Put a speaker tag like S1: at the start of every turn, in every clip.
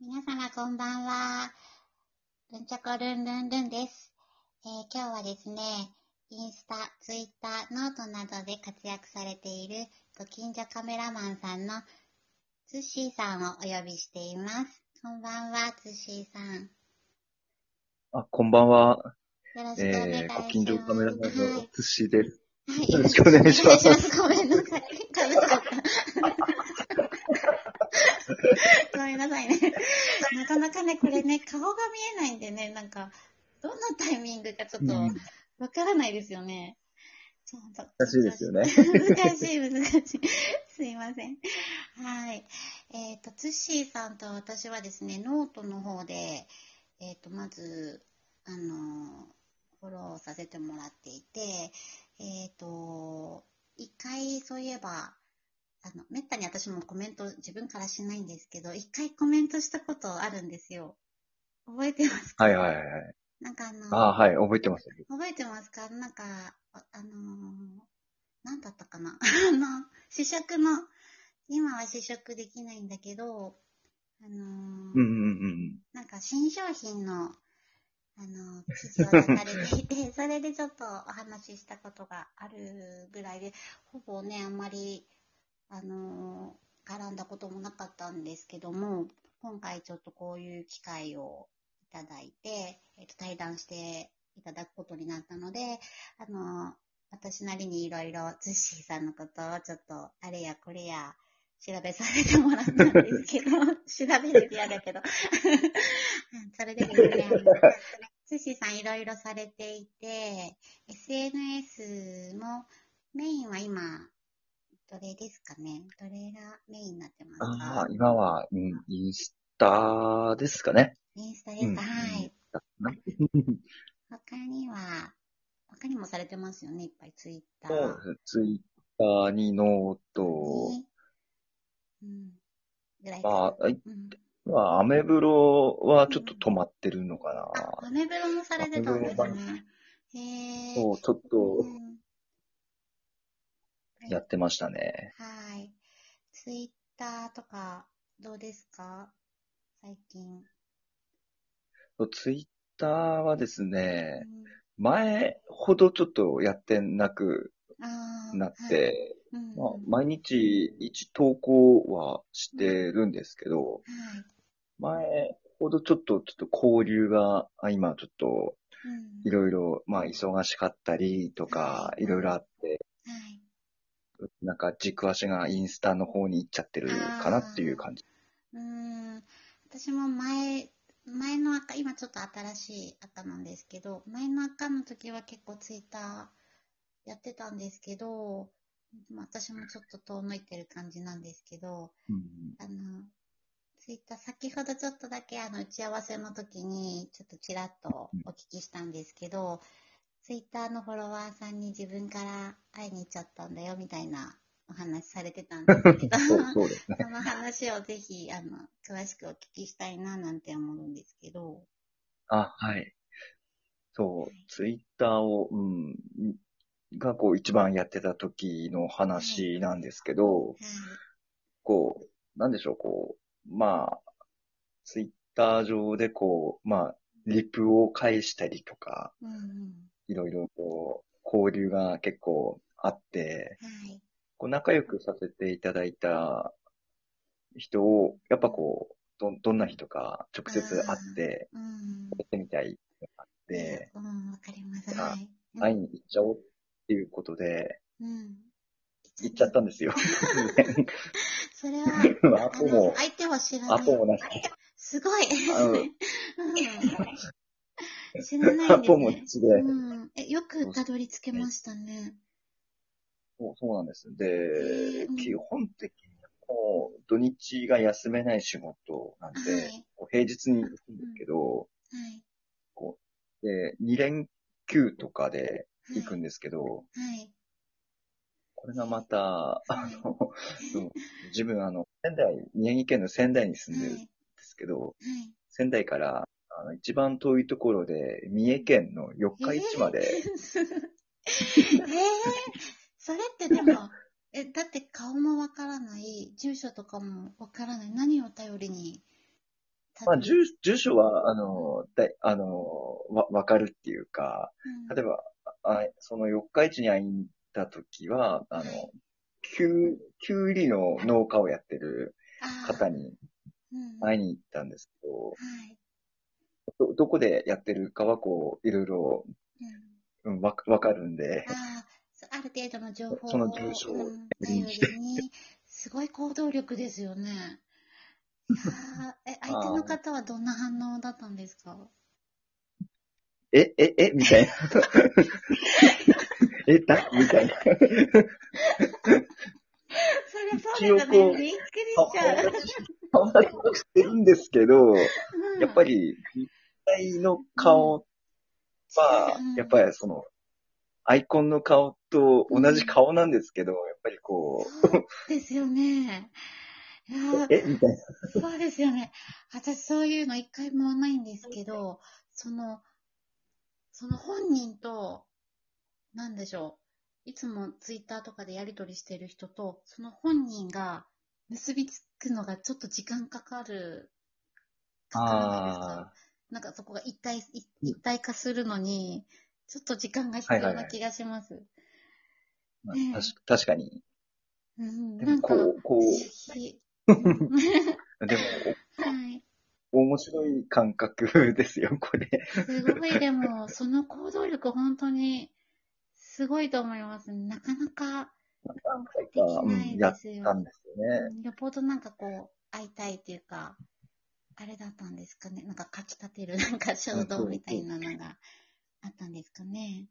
S1: 皆様こんばんは。ルンチョコルンルンルンです。えー今日はですね、インスタ、ツイッター、ノートなどで活躍されているご近所カメラマンさんのツッシーさんをお呼びしています。こんばんは、ツッシーさん。
S2: あ、こんばんは。
S1: よろしくお願いし
S2: え
S1: ま
S2: ー、
S1: す。
S2: ご近所カメラマンの
S1: はい
S2: つっしーです。
S1: はい
S2: よろしくお願いします
S1: お願いしますごめんなさい。かぶっちゃった。ごめんなさい ね。なかなかね、これね、顔が見えないんでね、なんか、どのタイミングかちょっと
S2: うん
S1: わからないですよね。ちょっと
S2: 難しいですよね。
S1: 難しい、難しい。すいません。はい。えっ、と、ツッシーさんと私はですね、ノートの方で、えっ、と、まず、あの、フォローさせてもらっていて、えっ、と、一回、そういえば、あの、めったに私もコメント自分からしないんですけど、一回コメントしたことあるんですよ。覚えてますか
S2: はいはいはいはい。
S1: なんかあの、
S2: あはい、覚えてます。
S1: 覚えてますかなんか、ああのー、なんだったかな あの、試食の、今は試食できないんだけど、あのー
S2: うんうんうん
S1: なんか新商品の、あの、記事を出されていて、 それでちょっとお話ししたことがあるぐらいで、ほぼね、あんまり、あのー絡んだこともなかったんですけども、今回ちょっとこういう機会をいただいて、えっと対談していただくことになったので、あのー私なりにいろいろ、ズッシーさんのことをちょっと、あれやこれや、調べさせてもらったんですけ ど、調べるの嫌だけど。 うんそれでですね、寿司さんいろいろされていて、SNS もメインは今、どれですかねどれがメインになってます
S2: うん。あ
S1: か
S2: あ、今は、うん、インスタですかね。
S1: インスタですか、
S2: うん
S1: はい。
S2: な
S1: 他には、他にもされてますよね、いっぱいツイッター。
S2: そうですねツイッターにノート、
S1: にうん。ぐらいかな
S2: まあ、い
S1: うん
S2: まあ、アメブロはちょっと止まってるのか
S1: あ、ア
S2: な。
S1: メブロもされてたんです
S2: アメブロ
S1: ね。へえ。
S2: そう、ちょっ
S1: う
S2: と
S1: ん
S2: やってましたね。
S1: はい。ツイッターとか、どうですか最近。
S2: ツイッターはですね、
S1: う
S2: 前ほどちょっとやってなく
S1: ん、ああ。
S2: なっ
S1: はい。
S2: て、
S1: うんうん
S2: まあ、毎日一投稿はしてるんですけど、
S1: はい。
S2: 前ほどちょっと、ちょっと交流が、あ今ちょっと、
S1: うん
S2: いろいろ、まあ、忙しかったりとか
S1: は、い
S2: いろいろあって、
S1: はい。
S2: なんか軸足がインスタの方に行っちゃってるかなっていう感じ。
S1: うーん。私も前、前の赤、今ちょっと新しい赤なんですけど、前の赤の時は結構ツイッターやってたんですけど、まあ私もちょっと遠のいてる感じなんですけど、
S2: うん
S1: あの、ツイッター、先ほどちょっとだけあの打ち合わせの時に、ちょっとちらっとお聞きしたんですけど、ツイッターのフォロワーさんに自分から会いに行っちゃったんだよみたいなお話されてたんですけ ど、
S2: そう、そうですね。
S1: その話をぜひ、あの、詳しくお聞きしたいななんて思うんですけど、
S2: あ、はい。そう、ツイッターを、うん、がこう一番やってた時の話なんですけど、
S1: は
S2: こう、なんでしょう、こう、まあ、ツイッター上でこう、まあ、リプを返したりとか、
S1: い。うんうん。
S2: いろいろこう、交流が結構あって、
S1: はい。
S2: こう仲良くさせていただいた人を、やっぱこう、ど、どんな人か直接会って、
S1: うん。
S2: やってみたいってあって、
S1: うん、わかります。
S2: あ
S1: はい。うん
S2: 会いに行っちゃおうっていうことで、
S1: うん。
S2: 行っちゃったんですよ。
S1: それは、
S2: ア
S1: あ
S2: ポ
S1: の
S2: も、
S1: 相手は知らない。
S2: アポもなし、
S1: すごいです
S2: あの
S1: ね。うん知らない
S2: ア
S1: んです
S2: ポもな
S1: ね。
S2: しで、
S1: うん、えよくたどり着けましたね。
S2: そうそうなんです。で、
S1: うん
S2: 基本的にもう土日が休めない仕事なんで、
S1: はい
S2: こう平日に行くんですけど、
S1: はい。
S2: で、2連休とかで
S1: はい
S2: 行くんですけど、
S1: はい。
S2: これがまた、
S1: は
S2: あ
S1: い
S2: の、そう自分あの、仙台、宮城県の仙台に住ん
S1: は
S2: で
S1: い。
S2: るん
S1: は
S2: で
S1: い。
S2: すけど、仙台からあの一番遠いところで、三重県の四日市まで、
S1: えー、それってでも、え、だって顔もわからない、住所とかもわからない、何を頼りに
S2: まあ、住住所は、あの、だいあの、わ、わかるっていうか、例えば、あその四日市に会いに行った時は、あの、きゅう、きゅうりの農家をやってる方
S1: に
S2: に
S1: はい。
S2: 会いに行ったんですけど、
S1: はい。
S2: ど、どこでやってるかはこう、いろいろ、
S1: うん
S2: うん、わ、わかるんで、
S1: ああ、そうある程度の情報を、
S2: その住所を
S1: うん
S2: 頼り
S1: 頼
S2: にし
S1: りに、すごい行動力ですよね。いやーえ、相手の方はどんな反応だったんですか
S2: え、え、え、みたいな。 え、だ、みたいな。
S1: そりゃそうですよね。びっくりしちゃう。
S2: あんまりしてるんですけど、
S1: うん
S2: やっぱり、立体の顔は
S1: うん、
S2: やっぱりその、アイコンの顔と同じ顔なんですけど、やっぱりこ
S1: そうですよね。いや
S2: う
S1: ー、
S2: え、みたいな。
S1: そうですよね。私そういうの一回もないんですけど、その、その本人と、なんでしょう。いつもツイッターとかでやりとりしてる人と、その本人が結びつくのがちょっと時間かかる。かかるんですか
S2: ああ、
S1: なんかそこが一体、い一体化するのに、ちょっと時間が必要な気がします。
S2: まあ
S1: ねえ
S2: 確か確かに。
S1: うん、
S2: で
S1: な
S2: も
S1: んか、
S2: こ
S1: 不
S2: う、こう、
S1: 思議。
S2: でも、
S1: はい。
S2: お面白い感覚ですよ、これ。
S1: すごい、でも、その行動力、本当に、すごいと思います。なかなか
S2: 何回
S1: で
S2: か、
S1: き
S2: う
S1: ない
S2: ん、や
S1: で
S2: っ
S1: すよ。
S2: たんですよね。
S1: うんよっぽどなんかこう、会いたいっていうか、あれだったんですかね。なんかかき立てる、なんか衝動みたいなのがあったんですかね。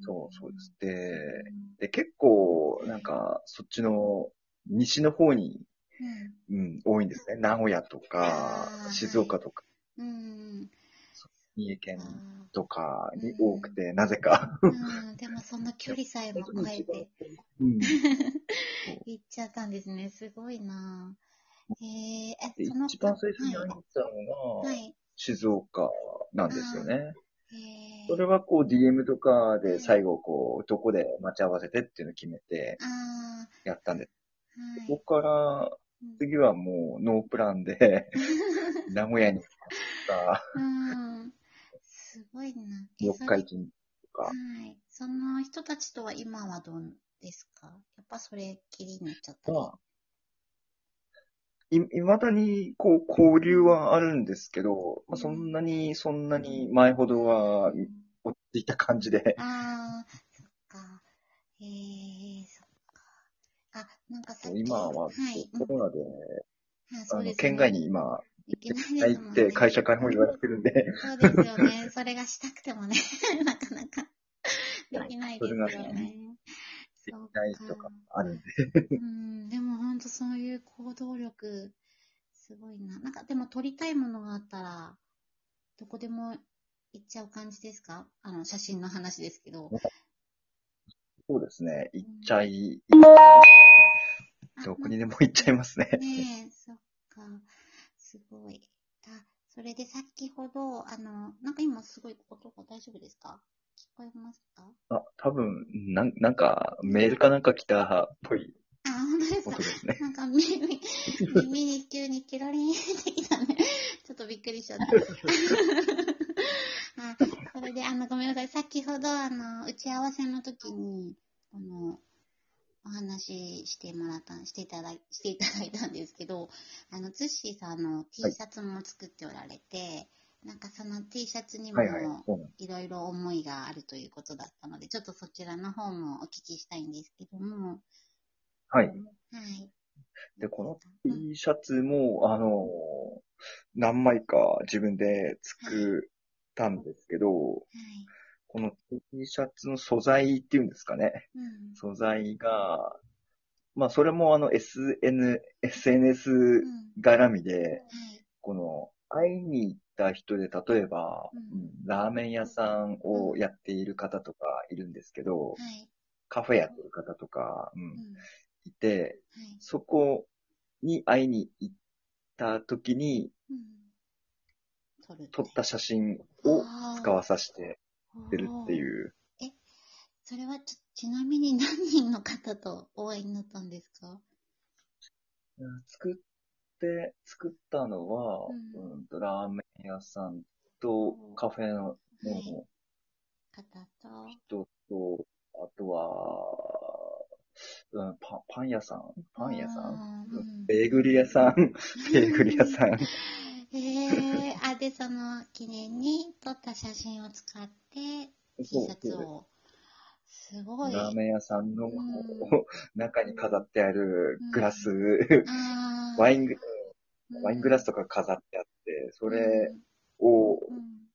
S2: そう、そうです。
S1: うん。
S2: で、で、結構、なんか、そっちの、西の方に、
S1: うん
S2: うん、多いんですね。名古屋とか
S1: あー、
S2: 静岡とか、
S1: うん。
S2: 三重県
S1: あ
S2: とかに
S1: うん
S2: 多くて、なぜか。
S1: ーうん。でも、その距離さえも超えて。
S2: うん。で、
S1: 行っちゃったんですね。すごいなぁ。えー、え、その
S2: 一番最初に会いに行ったの
S1: は
S2: が、
S1: い。
S2: 静岡なんですよね。
S1: えー、
S2: それはこう DM とかで最後こう、どこで待ち合わせてっていうのを決めて
S1: あ
S2: やったんです。
S1: ー、はい。
S2: ここから、
S1: うん
S2: 次はもうノープラ ンで、名古屋に行った
S1: うん。すごいな。え
S2: 四
S1: それ
S2: 日市にとか
S1: はい。その人たちとは今はどうですかやっぱそれっきりになっちゃったり。
S2: まあ、い、いまだに、こう、交流はあるんですけど、まあ、そんなに、そんなに前ほどは
S1: う、ん
S2: 落ち着いた感じ で。
S1: あー、そっか。えー、そっか。あ、なんかさっき。
S2: 今は、
S1: はい。うん
S2: コロナで、
S1: あ
S2: あ
S1: そう
S2: の、
S1: です
S2: 県外に今、
S1: 行けないで
S2: 入
S1: すも
S2: っ
S1: ん
S2: て
S1: ね。
S2: 会社からも言われてるんで、
S1: そうですよね。それがしたくてもね、 なかなかできないですよ
S2: それ
S1: ね
S2: がね。
S1: そう
S2: できないとかあるんで。
S1: うん、でも本当そういう行動力、すごいな。なんかでも撮りたいものがあったら、どこでも行っちゃう感じですかあの、写真の話ですけど。
S2: そうですね。行っちゃい、
S1: あ
S2: どこにでも行っちゃいますね。
S1: ねえ、そっか。すごい。あ、それで先ほど、あの、なんか今すごい音が大丈夫ですか聞こえますか
S2: あ、多分、なん、なんか、メールかなんか来たっぽい
S1: あ、本当ですか
S2: 音ですね。
S1: なんか耳、耳に急にキラリンってきたね。 ちょっとびっくりしちゃった。 あそれで、あの、ごめんなさい。先ほど、あの、打ち合わせの時に、この、お話ししてもらった、していただい、していただいたんですけど、あの、ツッシーさんの T シャツも作っておられて、なんかその T シャツにも、
S2: はいはい。そうなんです
S1: いろいろ思いがあるということだったので、ちょっとそちらの方もお聞きしたいんですけども、
S2: はい。
S1: はい。
S2: でこの
S1: うん
S2: T シャツも、あの、何枚か自分で作ったんですけど、こ
S1: はい。
S2: の T シャツの素材っていうんですかね。
S1: うん。
S2: 素材が、まあそれもあの SN、
S1: う
S2: SNS
S1: ん。
S2: 絡みで、
S1: はい。
S2: この会いに行った人で例えば、
S1: うん
S2: うんラーメン屋さんをやっている方とかいるんですけど、
S1: はい。
S2: カフェやってる方とか、うん
S1: うん。はい
S2: て、
S1: い。
S2: そこに会いに行った時に
S1: うん。撮る。
S2: 撮った写真を使わさせて
S1: せ
S2: るって
S1: う。
S2: いう。
S1: それはちょ、ちなみに何人の方とお会いになったんですか
S2: 作っって作ったのは、
S1: うん
S2: うんとラーメン屋さんとカフェの
S1: はい方と、
S2: 人と、あとは、うん、パンパン屋さんパン屋さん
S1: ん
S2: ベーグル屋さんベーグル 屋さん。
S1: ええあ、で、その記念に撮った写真を使って、T
S2: そう
S1: シャ
S2: そ
S1: ツ
S2: うです
S1: を。すごい。
S2: ラーメン屋さんの
S1: うん
S2: こう中に飾ってあるグラス、
S1: あー
S2: ワイング、
S1: うん
S2: ワイングラスとか飾ってあって、それ
S1: うん
S2: を
S1: うん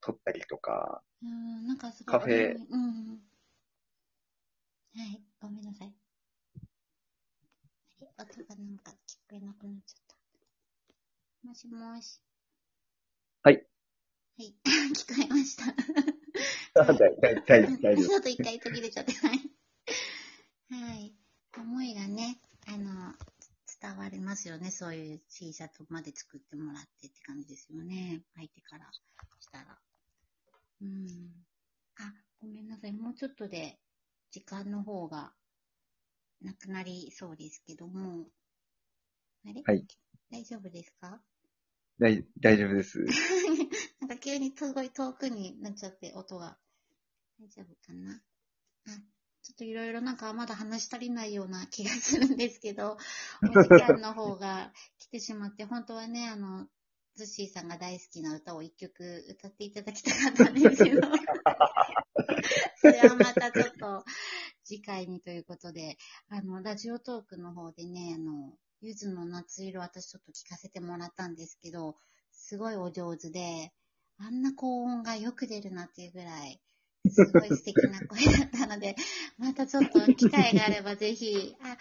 S2: 取ったりとか、
S1: うん、なんかすごい。
S2: カフェ
S1: うんうん。はい、ごめんなさい。あれ音がなんか聞こえなくなっちゃった。もしもし。
S2: はい。
S1: はい、 聞こえました。
S2: 大大大大丈
S1: ちょっと一回途切れちゃって、はい。はい。思いがね、あの、伝わりますよね。そういう T シャツまで作ってもらってって感じですよね。相手からしたら。うん。あ、ごめんなさい。もうちょっとで、時間の方が、なくなりそうですけども。あれ
S2: 夫。はい。
S1: 大丈夫ですか
S2: 大大丈夫です。
S1: なんか急にすごい遠くになっちゃって、音が。大丈夫かなあ、ちょっといろいろなんかまだ話し足りないような気がするんですけど、お時間の方が来てしまって、本当はね、あの、ズッシーさんが大好きな歌を一曲歌っていただきたかったんですけど、それはまたちょっと次回にということで、あの、ラジオトークの方でね、あの、ゆずの夏色私ちょっと聞かせてもらったんですけど、すごいお上手で、あんな高音がよく出るなっていうぐらい、すごい素敵な声だったので、 またちょっと機会があればぜひ、あ、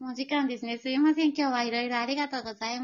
S1: もう時間ですね。すいません。今日はいろいろありがとうございました。